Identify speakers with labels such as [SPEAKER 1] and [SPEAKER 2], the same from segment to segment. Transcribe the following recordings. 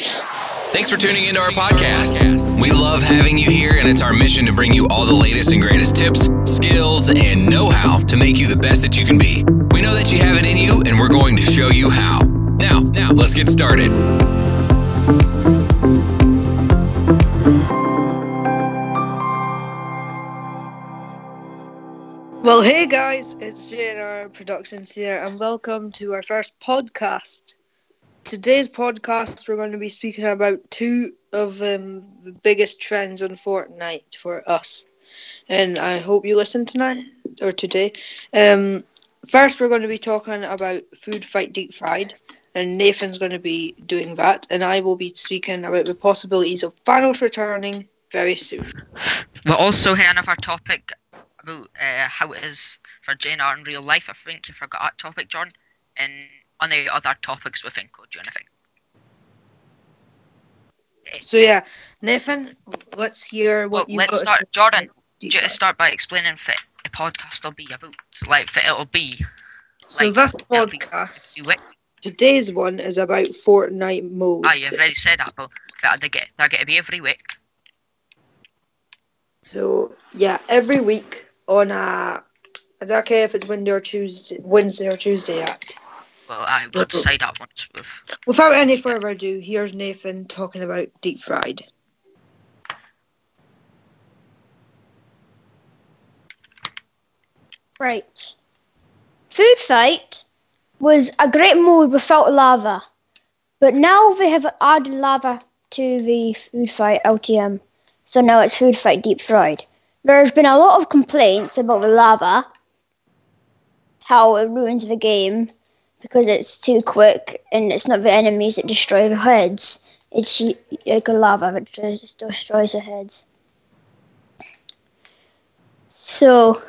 [SPEAKER 1] Thanks for tuning into our podcast. We love having you here, and it's our mission to bring you all the latest and greatest tips, skills, and know how to make you the best that you can be. We know that you have it in you, and we're going to show you how. Now, now, let's get started.
[SPEAKER 2] Well, hey guys, it's JNR Productions here, and welcome to our first podcast. Today's podcast, we're going to be speaking about two of um, the biggest trends on Fortnite for us, and I hope you listen tonight or today. Um, first, we're going to be talking about food fight deep fried, and Nathan's going to be doing that, and I will be speaking about the possibilities of finals returning very soon.
[SPEAKER 3] We'll also hear another topic about uh, how it is for JNR in real life. I think you forgot that topic, John. And on the other topics within Code Do Anything.
[SPEAKER 2] So yeah, Nathan, let's hear
[SPEAKER 3] Well,
[SPEAKER 2] what you've
[SPEAKER 3] let's
[SPEAKER 2] got.
[SPEAKER 3] start.
[SPEAKER 2] to
[SPEAKER 3] Jordan, do you
[SPEAKER 2] say.
[SPEAKER 3] start by explaining fit the podcast will be about? Like, fit it'll be.
[SPEAKER 2] So
[SPEAKER 3] like,
[SPEAKER 2] this
[SPEAKER 3] it'll be-
[SPEAKER 2] podcast,
[SPEAKER 3] You wait.
[SPEAKER 2] today's one is about Fortnite mode.
[SPEAKER 3] Ah, you've already said that, but that they get, they're going to be every week.
[SPEAKER 2] So yeah, every week on a, I don't care if it's Wednesday or Tuesday, Wednesday or Tuesday act.
[SPEAKER 3] Well, I
[SPEAKER 2] So-
[SPEAKER 3] would say that once with
[SPEAKER 2] Without any further ado, here's Nathan talking about deep fried.
[SPEAKER 4] Right. Food Fight was a great mode without lava, but now they have added lava to the Food Fight LTM, so now it's Food Fight Deep Fried. There's been a lot of complaints about the lava, how it ruins the game because it's too quick and it's not the enemies that destroy the heads. It's y- like a lava that just destroys the heads. So,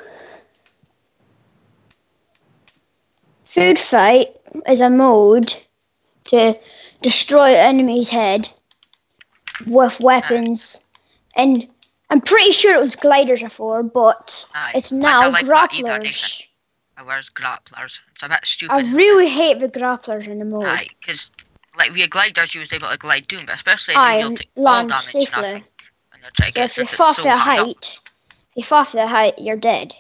[SPEAKER 4] Food fight is a mode to destroy an enemy's head with weapons, and I'm pretty sure it was gliders before, but
[SPEAKER 3] Aye,
[SPEAKER 4] it's
[SPEAKER 3] I don't
[SPEAKER 4] now
[SPEAKER 3] like that either, Nathan.
[SPEAKER 4] grapplers.
[SPEAKER 3] I wears grapplers. It's a bit stupid.
[SPEAKER 4] I really hate the grapplers in the mode.
[SPEAKER 3] Aye, because like we gliders, you was able to glide doom, but especially
[SPEAKER 4] Aye,
[SPEAKER 3] in real,
[SPEAKER 4] and
[SPEAKER 3] take fall
[SPEAKER 4] land
[SPEAKER 3] damage
[SPEAKER 4] safely.
[SPEAKER 3] and nothing. And they're trying to
[SPEAKER 4] So
[SPEAKER 3] get
[SPEAKER 4] if you
[SPEAKER 3] since
[SPEAKER 4] fall
[SPEAKER 3] it's so
[SPEAKER 4] off their
[SPEAKER 3] high up, aye,
[SPEAKER 4] height, if you fall off their height, you're dead.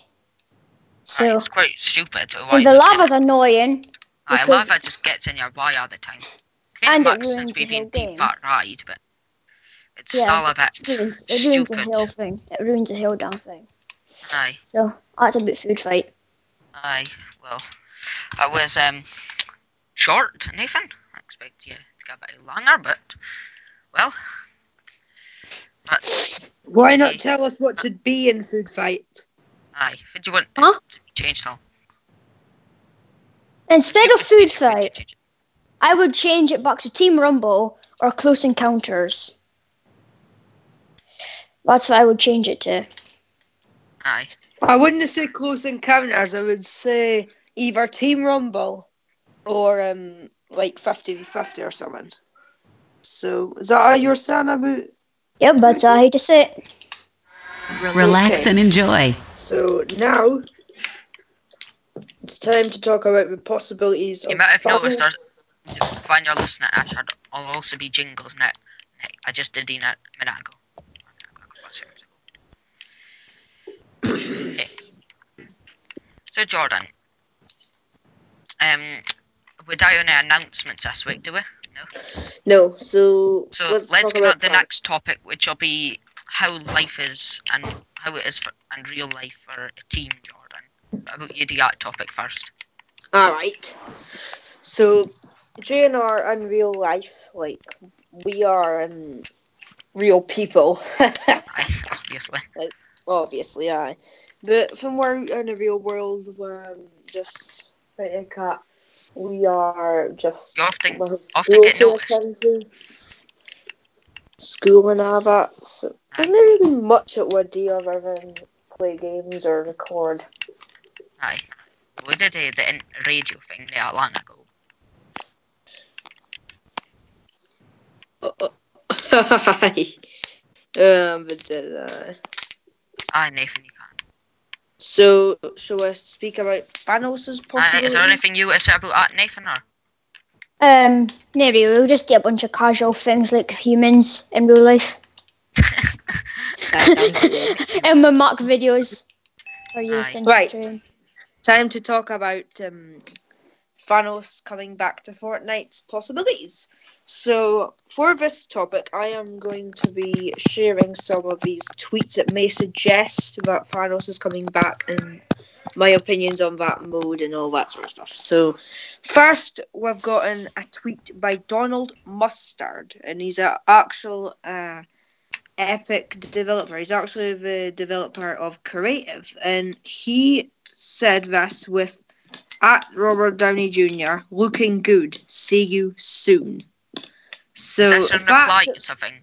[SPEAKER 4] So
[SPEAKER 3] it's quite stupid. why
[SPEAKER 4] and the
[SPEAKER 3] they did
[SPEAKER 4] lava's
[SPEAKER 3] it.
[SPEAKER 4] annoying.
[SPEAKER 3] aye,
[SPEAKER 4] because-
[SPEAKER 3] lava just gets in your way all the time.
[SPEAKER 4] And
[SPEAKER 3] Kinda
[SPEAKER 4] it
[SPEAKER 3] sucks
[SPEAKER 4] ruins
[SPEAKER 3] since
[SPEAKER 4] the
[SPEAKER 3] we've been
[SPEAKER 4] whole
[SPEAKER 3] deep
[SPEAKER 4] game.
[SPEAKER 3] that ride, but it's
[SPEAKER 4] Yeah,
[SPEAKER 3] still a
[SPEAKER 4] It
[SPEAKER 3] bit
[SPEAKER 4] ruins, it ruins the
[SPEAKER 3] stupid.
[SPEAKER 4] hill thing. It ruins the hill down thing.
[SPEAKER 3] aye,
[SPEAKER 4] So that's a bit food fight.
[SPEAKER 3] aye. Well, I was um short, Nathan. I expect you to get a bit longer, but well, but
[SPEAKER 2] Why not tell us what should be in food fight?
[SPEAKER 3] aye. Did you want it
[SPEAKER 4] Huh?
[SPEAKER 3] to be changed though?
[SPEAKER 4] Instead of food fight, I would change it back to Team Rumble or Close Encounters. That's what I would change it to.
[SPEAKER 3] Aye.
[SPEAKER 2] I wouldn't say close encounters. I would say either Team Rumble or um like 50-50 or something. So is that all you're saying about?
[SPEAKER 4] Yep, that's how I hate to say it.
[SPEAKER 5] Relax
[SPEAKER 2] Okay.
[SPEAKER 5] and enjoy.
[SPEAKER 2] So now it's time to talk about the possibilities
[SPEAKER 3] You
[SPEAKER 2] of
[SPEAKER 3] might have
[SPEAKER 2] final-
[SPEAKER 3] noticed there's, when you're listening to this, I'll also be jingles now. I just did in a minute ago. About seconds ago. Okay. so, Jordan, um, we don't have any announcements this week, do we?
[SPEAKER 2] No, so,
[SPEAKER 3] So, let's, get on to the
[SPEAKER 2] final.
[SPEAKER 3] next topic, which will be how life is and how it is for, and real life for a team, Jordan. How about you do that topic first?
[SPEAKER 2] All right. So JNR in real life, like we are um, real people.
[SPEAKER 3] Aye, obviously.
[SPEAKER 2] obviously I. But from where in the real world, we're um, just like a cat. We are just
[SPEAKER 3] You often,
[SPEAKER 2] we're
[SPEAKER 3] often get
[SPEAKER 2] school
[SPEAKER 3] noticed.
[SPEAKER 2] attending, school and all that. So there's not really much that we do other than play games or record.
[SPEAKER 3] Aye. We did uh, the in- radio thing not long ago.
[SPEAKER 2] um, but uh, did I?
[SPEAKER 3] Aye, Ah, Nathan, you can't.
[SPEAKER 2] So, shall I speak about Thanos'
[SPEAKER 3] Aye, Ah, is there
[SPEAKER 2] possibility?
[SPEAKER 3] ah, anything you want to say about that, Nathan, or?
[SPEAKER 4] Um, not really. We just do a bunch of casual things like humans in real life. and we mock videos are used in
[SPEAKER 2] Right.
[SPEAKER 4] stream.
[SPEAKER 2] Time to talk about um, Thanos coming back to Fortnite's possibilities. So, for this topic, I am going to be sharing some of these tweets that may suggest that Thanos is coming back and my opinions on that mode and all that sort of stuff. So, first, we've gotten a tweet by Donald Mustard, and he's an actual uh, Epic developer. He's actually the developer of Creative, and he said this with at Robert Downey Jr. looking good. See you soon. So
[SPEAKER 3] Is this in reply
[SPEAKER 2] that-
[SPEAKER 3] to something?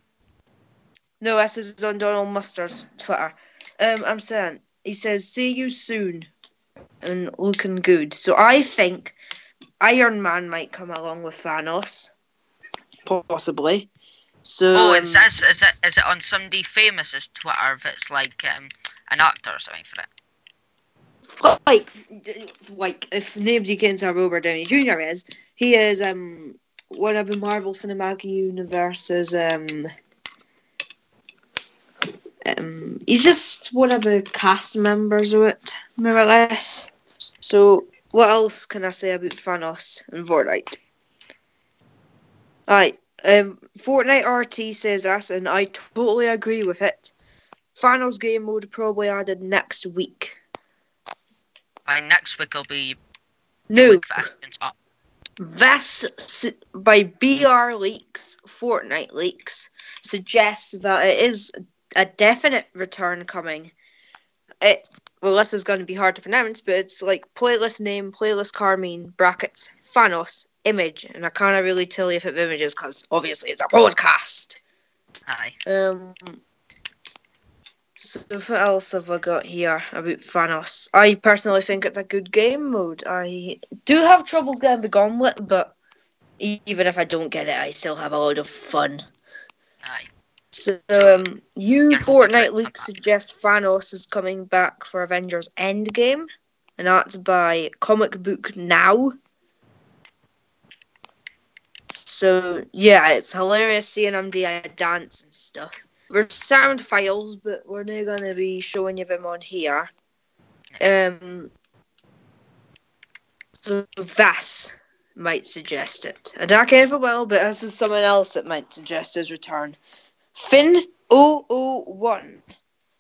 [SPEAKER 2] no, this is on Donald Mustard's Twitter. Um, I'm saying he says, "See you soon," and looking good. So I think Iron Man might come along with Thanos, possibly. So
[SPEAKER 3] oh, is,
[SPEAKER 2] um,
[SPEAKER 3] this, is, it, is it on somebody famous's Twitter that's like um, an actor or something for it?
[SPEAKER 2] like like if nobody can tell Robert Downey Jr. is, he is um one of the Marvel Cinematic Universe's um um he's just one of the cast members of it, more or less. So what else can I say about Thanos and Fortnite? Alright, um Fortnite RT says us and I totally agree with it. Thanos game mode probably added next week.
[SPEAKER 3] By next week, will be
[SPEAKER 2] No,
[SPEAKER 3] week fastens up.
[SPEAKER 2] This, s- by BR leaks, Fortnite leaks, suggests that it is a definite return coming. It well, this is going to be hard to pronounce, but it's like playlist name, playlist Carmine brackets Thanos image, and I can't really tell you if it's images because obviously it's a podcast.
[SPEAKER 3] Aye.
[SPEAKER 2] Um. So what else have I got here about Thanos? I personally think it's a good game mode. I do have troubles getting the gauntlet, but e- even if I don't get it, I still have a lot of fun.
[SPEAKER 3] Aye.
[SPEAKER 2] So um, you Fortnite leaks suggest Thanos is coming back for Avengers Endgame, and that's by Comic Book Now. So yeah, it's hilarious seeing him do a dance and stuff. There's sound files, but we're not gonna be showing you them on here. Um, so Vass might suggest it. I don't care for well, but this is someone else that might suggest his return. Finn 001,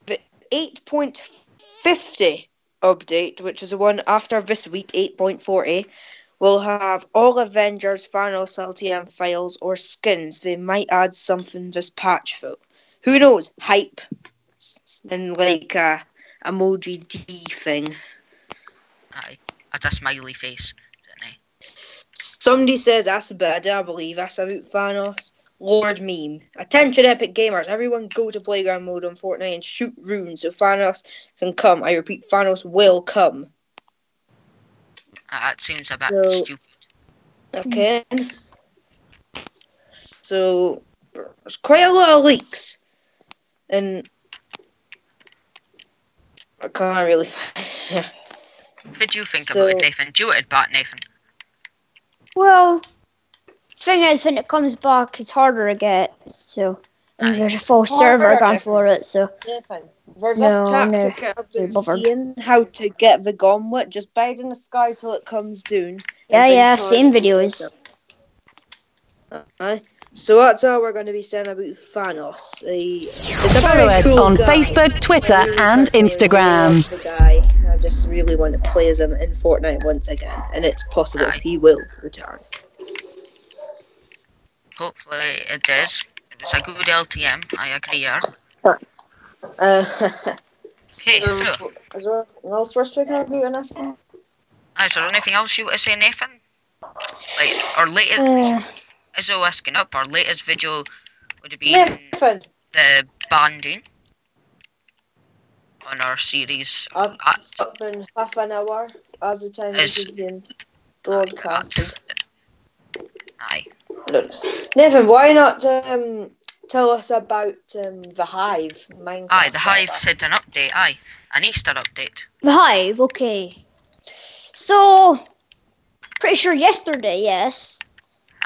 [SPEAKER 2] the 8.50 update, which is the one after this week, 8.40, will have all Avengers, Thanos, LTM files, or skins. They might add something this patch though. Who knows? Hype. And like a emoji D thing.
[SPEAKER 3] Aye. That's a smiley face. Isn't it?
[SPEAKER 2] Somebody says that's better. I believe that's about Thanos. Lord meme. Attention, epic gamers! Everyone, go to playground mode on Fortnite and shoot runes so Thanos can come. I repeat, Thanos will come.
[SPEAKER 3] Uh, That seems a bit
[SPEAKER 2] So-
[SPEAKER 3] stupid.
[SPEAKER 2] Okay. So there's quite a lot of leaks, and I can't really. Find
[SPEAKER 3] What did you think
[SPEAKER 2] So-
[SPEAKER 3] about it, Nathan? Do you it back, Nathan?
[SPEAKER 4] Well, thing is, when it comes back, it's harder to get. So and there's a full
[SPEAKER 2] Harder.
[SPEAKER 4] server gone for it. So
[SPEAKER 2] Nathan, versus
[SPEAKER 4] No,
[SPEAKER 2] tactic I've been
[SPEAKER 4] no, bother.
[SPEAKER 2] seeing how to get the gauntlet. Just bide in the sky till it comes down.
[SPEAKER 4] yeah,
[SPEAKER 2] I've been
[SPEAKER 4] yeah, I've
[SPEAKER 2] trying
[SPEAKER 4] seen
[SPEAKER 2] to
[SPEAKER 4] videos.
[SPEAKER 2] Aye. So that's all we're going to be saying about Thanos. He- it's a very
[SPEAKER 5] Follow us
[SPEAKER 2] cool
[SPEAKER 5] on
[SPEAKER 2] guy.
[SPEAKER 5] Facebook, Twitter,
[SPEAKER 2] I really
[SPEAKER 5] and
[SPEAKER 2] personally
[SPEAKER 5] Instagram.
[SPEAKER 2] love the guy. I just really want to play as him in Fortnite once again, and it's possible
[SPEAKER 3] Aye.
[SPEAKER 2] he will return.
[SPEAKER 3] Hopefully it is. It was a good LTM, I agree. Here.
[SPEAKER 2] Uh,
[SPEAKER 3] Okay, so,
[SPEAKER 2] so, is there anything else we're speaking about on this?
[SPEAKER 3] is there anything else you want to say, Nathan? Like, our latest,
[SPEAKER 4] Uh,
[SPEAKER 3] is all asking up, our latest video would have been
[SPEAKER 2] Nathan,
[SPEAKER 3] the banding on our series.
[SPEAKER 2] I've
[SPEAKER 3] Uh,
[SPEAKER 2] been half an hour as the time
[SPEAKER 3] Is-
[SPEAKER 2] is being broadcast.
[SPEAKER 3] aye.
[SPEAKER 2] Nathan, why not um, tell us about um, the Hive? Minecraft
[SPEAKER 3] Aye, the Hive
[SPEAKER 2] server?
[SPEAKER 3] said an update, aye. An Easter update.
[SPEAKER 4] the hive, okay. So pretty sure yesterday, yes,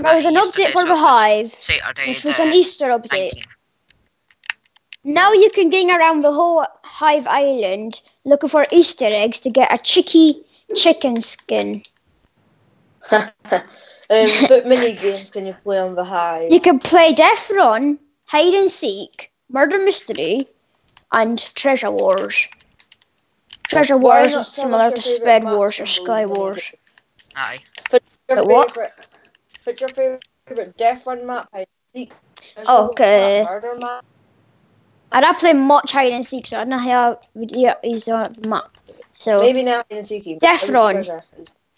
[SPEAKER 4] Now there's an
[SPEAKER 3] Yes,
[SPEAKER 4] update
[SPEAKER 3] okay,
[SPEAKER 4] for
[SPEAKER 3] so
[SPEAKER 4] the
[SPEAKER 3] it's
[SPEAKER 4] Hive,
[SPEAKER 3] Saturday.
[SPEAKER 4] which was
[SPEAKER 3] the
[SPEAKER 4] an Easter update.
[SPEAKER 3] 19th.
[SPEAKER 4] Now you can gang around the whole Hive Island looking for Easter eggs to get a cheeky chicken skin.
[SPEAKER 2] um, what mini games can you play on the hive?
[SPEAKER 4] You can play Death Run, Hide and Seek, Murder Mystery, and Treasure Wars. Treasure
[SPEAKER 2] Why
[SPEAKER 4] Wars
[SPEAKER 2] not
[SPEAKER 4] is
[SPEAKER 2] tell us
[SPEAKER 4] similar
[SPEAKER 2] your
[SPEAKER 4] to
[SPEAKER 2] favourite
[SPEAKER 4] Sped
[SPEAKER 2] maps
[SPEAKER 4] Wars or
[SPEAKER 2] and
[SPEAKER 4] Sky
[SPEAKER 2] we'll
[SPEAKER 4] Wars.
[SPEAKER 3] Aye.
[SPEAKER 4] But what?
[SPEAKER 2] Favorite, put your favorite death run map. I seek.
[SPEAKER 4] Oh, Okay.
[SPEAKER 2] Murder map.
[SPEAKER 4] And I play much hide and seek, so I know how video is on the map. So
[SPEAKER 2] Maybe not in Suki. but
[SPEAKER 4] Death
[SPEAKER 2] maybe
[SPEAKER 4] Run.
[SPEAKER 2] treasure.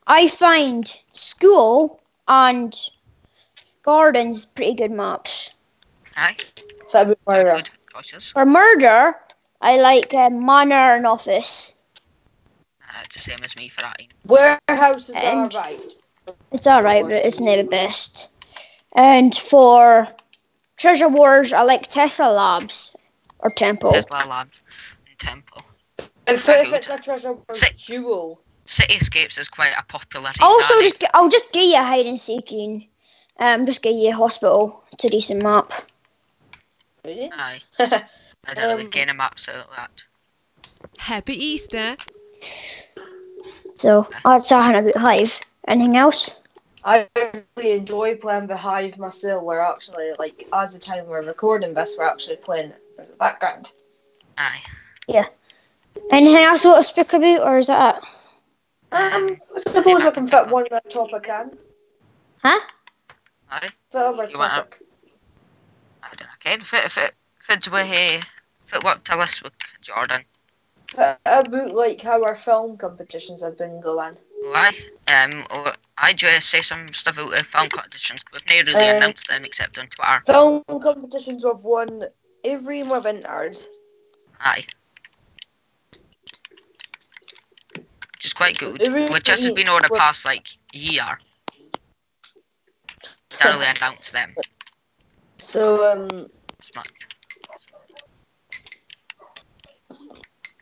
[SPEAKER 4] I find school and gardens pretty good maps.
[SPEAKER 3] Aye.
[SPEAKER 2] That'd be
[SPEAKER 3] Very
[SPEAKER 2] murder.
[SPEAKER 3] good. Cautious.
[SPEAKER 4] For murder, I like uh, manor and office.
[SPEAKER 3] Uh, it's the same as me for that.
[SPEAKER 2] Warehouses are
[SPEAKER 4] And-
[SPEAKER 2] right.
[SPEAKER 4] It's alright, but it's never best. And for treasure wars, I like Tesla Labs or Temple.
[SPEAKER 3] Tesla Lab and Temple.
[SPEAKER 2] And for if
[SPEAKER 3] good.
[SPEAKER 2] it's a treasure war
[SPEAKER 3] Sick.
[SPEAKER 2] jewel.
[SPEAKER 3] Cityscapes is quite a popular.
[SPEAKER 4] Also,
[SPEAKER 3] nowadays.
[SPEAKER 4] just gi- I'll just give you a hide and seeking. Um, just give you a hospital. It's a decent map.
[SPEAKER 2] Really?
[SPEAKER 3] Aye. I don't really
[SPEAKER 2] Um,
[SPEAKER 3] gain a map so that.
[SPEAKER 5] Happy Easter.
[SPEAKER 4] So that's talking about Hive. Anything else?
[SPEAKER 2] I really enjoy playing the Hive myself. We're actually like as the time we're recording this, we're actually playing it in the background.
[SPEAKER 3] Aye.
[SPEAKER 4] Anything else you want to speak about, or is that it?
[SPEAKER 2] Um, I suppose we can fit one other topic in.
[SPEAKER 4] Huh?
[SPEAKER 3] Aye.
[SPEAKER 2] Fit other
[SPEAKER 3] You wanna-
[SPEAKER 2] topic.
[SPEAKER 3] I don't know. Ken, fit fit fit with hey, fit what to this week, Jordan.
[SPEAKER 2] Fit about like how our film competitions have been going.
[SPEAKER 3] Why? Um, or I just say some stuff out of film competitions. We've not really
[SPEAKER 2] Uh,
[SPEAKER 3] announced them except on Twitter.
[SPEAKER 2] Film competitions we've won every we've entered.
[SPEAKER 3] Aye. Which is quite good.
[SPEAKER 2] Every-
[SPEAKER 3] Which hasn't been over the
[SPEAKER 2] what-
[SPEAKER 3] past like year. Don't really announce them
[SPEAKER 2] So um,
[SPEAKER 3] as much.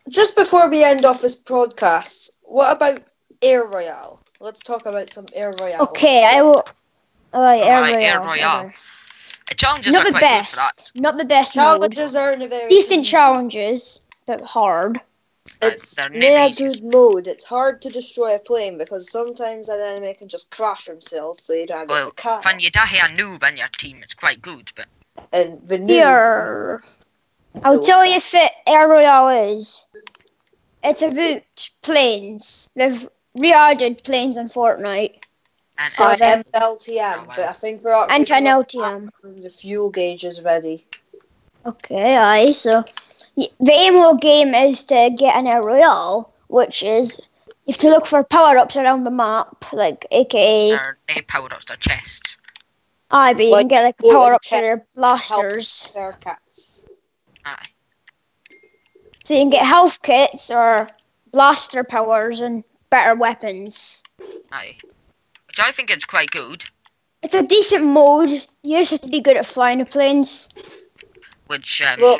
[SPEAKER 2] just before we end off this podcast, what about Air Royale? Let's talk about some Air Royale.
[SPEAKER 4] Okay, I will. Oh, Alright, Air
[SPEAKER 3] Alright,
[SPEAKER 4] Royale.
[SPEAKER 3] Air Royale.
[SPEAKER 4] okay.
[SPEAKER 3] The challenges
[SPEAKER 4] Not
[SPEAKER 3] are
[SPEAKER 4] the
[SPEAKER 3] quite good for that.
[SPEAKER 4] best. Not the best. Mode.
[SPEAKER 2] Challenges aren't a very
[SPEAKER 4] Decent
[SPEAKER 2] easy-
[SPEAKER 4] challenges, but hard.
[SPEAKER 2] It's
[SPEAKER 3] They're
[SPEAKER 2] not a
[SPEAKER 3] not easy.
[SPEAKER 2] good mode. It's hard to destroy a plane because sometimes an enemy can just crash themselves, so you don't have to
[SPEAKER 3] Well,
[SPEAKER 2] cut.
[SPEAKER 3] When you die a noob in your team, it's quite good, but
[SPEAKER 2] And the new
[SPEAKER 4] Here. I'll tell you if it Air Royale is. It's about planes. They've re-added planes on Fortnite
[SPEAKER 3] and
[SPEAKER 4] So
[SPEAKER 2] So
[SPEAKER 3] it's-
[SPEAKER 4] then-
[SPEAKER 2] then LTM,
[SPEAKER 3] Oh, wow.
[SPEAKER 2] but I think we're up
[SPEAKER 4] and an LTM.
[SPEAKER 2] The fuel gauge is ready.
[SPEAKER 4] Okay, aye. So y- the aim of the game is to get an air royale, which is you have to look for power ups around the map, like AKA
[SPEAKER 3] they're they powered up their chests.
[SPEAKER 4] aye, but you
[SPEAKER 2] Like,
[SPEAKER 4] can get like
[SPEAKER 2] go
[SPEAKER 4] power
[SPEAKER 2] and
[SPEAKER 4] ups for
[SPEAKER 2] check
[SPEAKER 4] your blasters,
[SPEAKER 2] Fair cats.
[SPEAKER 3] Aye.
[SPEAKER 4] so you can get health kits or blaster powers and better weapons.
[SPEAKER 3] Aye. Which I think it's quite good,
[SPEAKER 4] It's a decent mode. You just have to be good at flying the planes.
[SPEAKER 3] which um,
[SPEAKER 2] Well,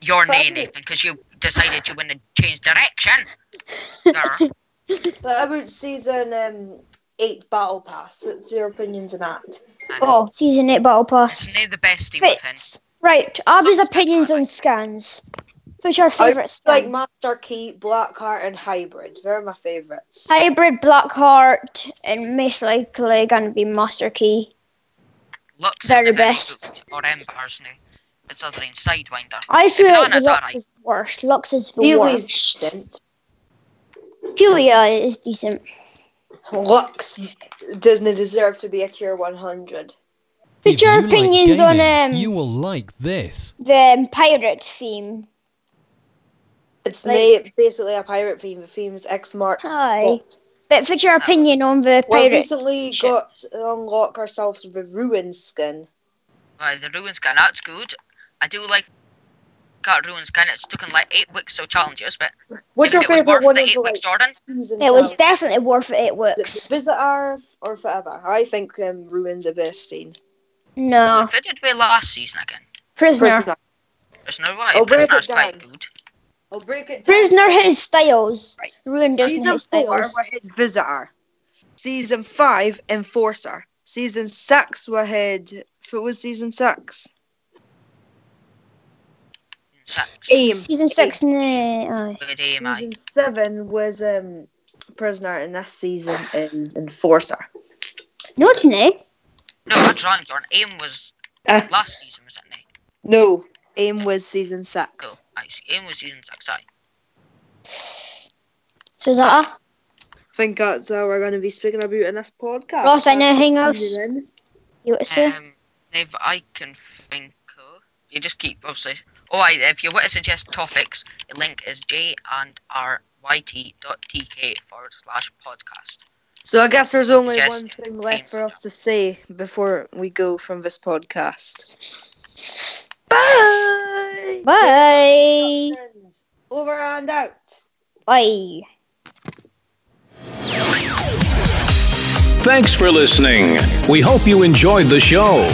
[SPEAKER 3] you're
[SPEAKER 2] probably-
[SPEAKER 3] needing because you decided you want to change direction. Grr.
[SPEAKER 2] But about season um, eight battle pass. What's your opinions on that?
[SPEAKER 4] Oh, season eight battle pass.
[SPEAKER 3] it's not the best team within.
[SPEAKER 4] Fits. Right, Abby's
[SPEAKER 3] Something's
[SPEAKER 4] opinions on scans. Which are favourite
[SPEAKER 2] It's like
[SPEAKER 4] scan?
[SPEAKER 2] Master Key, Blackheart, and Hybrid. They're my favourites.
[SPEAKER 4] Hybrid Blackheart and most likely gonna be Master Key.
[SPEAKER 3] Lux
[SPEAKER 4] Very
[SPEAKER 3] is the very
[SPEAKER 4] best.
[SPEAKER 3] good, or Ember's now. It's other than Sidewinder.
[SPEAKER 4] I feel
[SPEAKER 3] Banana's
[SPEAKER 4] the Lux
[SPEAKER 3] alright.
[SPEAKER 4] is the worst. Lux is the
[SPEAKER 2] Fuely's
[SPEAKER 4] worst.
[SPEAKER 2] decent.
[SPEAKER 4] Pulia is decent.
[SPEAKER 2] Lux doesn't deserve to be a tier 100.
[SPEAKER 4] But
[SPEAKER 6] If
[SPEAKER 4] your
[SPEAKER 6] you like
[SPEAKER 4] opinions on
[SPEAKER 6] gaming,
[SPEAKER 4] um
[SPEAKER 6] You will like this.
[SPEAKER 4] the um, pirate theme.
[SPEAKER 2] It's
[SPEAKER 4] Like-
[SPEAKER 2] na- basically a pirate theme. The theme's X marks the
[SPEAKER 4] Hi.
[SPEAKER 2] spot.
[SPEAKER 4] But what's your opinion on the
[SPEAKER 2] We
[SPEAKER 4] pirate?
[SPEAKER 2] recently
[SPEAKER 4] ship.
[SPEAKER 2] got to unlock ourselves the ruin skin.
[SPEAKER 3] Aye, the ruin scan, that's good. I do like got ruin scan. It's taken like eight weeks so challenges, but
[SPEAKER 2] What's
[SPEAKER 3] if
[SPEAKER 2] your
[SPEAKER 3] it was worth
[SPEAKER 2] favourite one
[SPEAKER 3] the
[SPEAKER 2] of
[SPEAKER 3] eight
[SPEAKER 2] the
[SPEAKER 3] weeks,
[SPEAKER 2] like,
[SPEAKER 3] Jordan?
[SPEAKER 2] season?
[SPEAKER 4] It was
[SPEAKER 2] twelve?
[SPEAKER 4] definitely worth it. It
[SPEAKER 2] Is
[SPEAKER 4] works.
[SPEAKER 2] it Visit Earth or forever. I think um, ruins the best scene. Ah.
[SPEAKER 4] No,
[SPEAKER 3] If it did we last season again?
[SPEAKER 4] prisoner.
[SPEAKER 2] Prisoner.
[SPEAKER 3] There's no way.
[SPEAKER 2] Oh, break it
[SPEAKER 3] Prisoner's quite
[SPEAKER 2] down.
[SPEAKER 3] good.
[SPEAKER 2] I'll break it. down.
[SPEAKER 4] Prisoner has styles.
[SPEAKER 2] Right.
[SPEAKER 4] Ruin doesn't
[SPEAKER 2] Season
[SPEAKER 4] have
[SPEAKER 2] four,
[SPEAKER 4] styles.
[SPEAKER 2] we hit Visitor. Season five, Enforcer. Season six were ahead. If it was season six,
[SPEAKER 3] Six.
[SPEAKER 2] aim.
[SPEAKER 4] Season six, nay. aye.
[SPEAKER 3] Good aim, aye.
[SPEAKER 2] Season seven was um prisoner, and this season is enforcer.
[SPEAKER 4] No, it's nay.
[SPEAKER 3] No, that's wrong, John. Aim was
[SPEAKER 2] Uh.
[SPEAKER 3] last season, was it? Nick?
[SPEAKER 2] No, aim was season
[SPEAKER 3] No,
[SPEAKER 2] six.
[SPEAKER 3] I see. Aim was season six, aye.
[SPEAKER 4] So is that a-
[SPEAKER 2] I think that's how we're going to be speaking about in this podcast.
[SPEAKER 4] Ross, anything else you
[SPEAKER 2] Then.
[SPEAKER 4] want to say?
[SPEAKER 3] Um, if I can think of, you just keep obviously. Oh, I, if you want to suggest topics, the link is j and r y t dot t k forward slash podcast.
[SPEAKER 2] So I guess there's only
[SPEAKER 3] Yes.
[SPEAKER 2] one thing left for us to say before we go from this podcast. Bye.
[SPEAKER 4] Bye.
[SPEAKER 2] Over and out.
[SPEAKER 4] Bye.
[SPEAKER 6] Thanks for listening. We hope you enjoyed the show.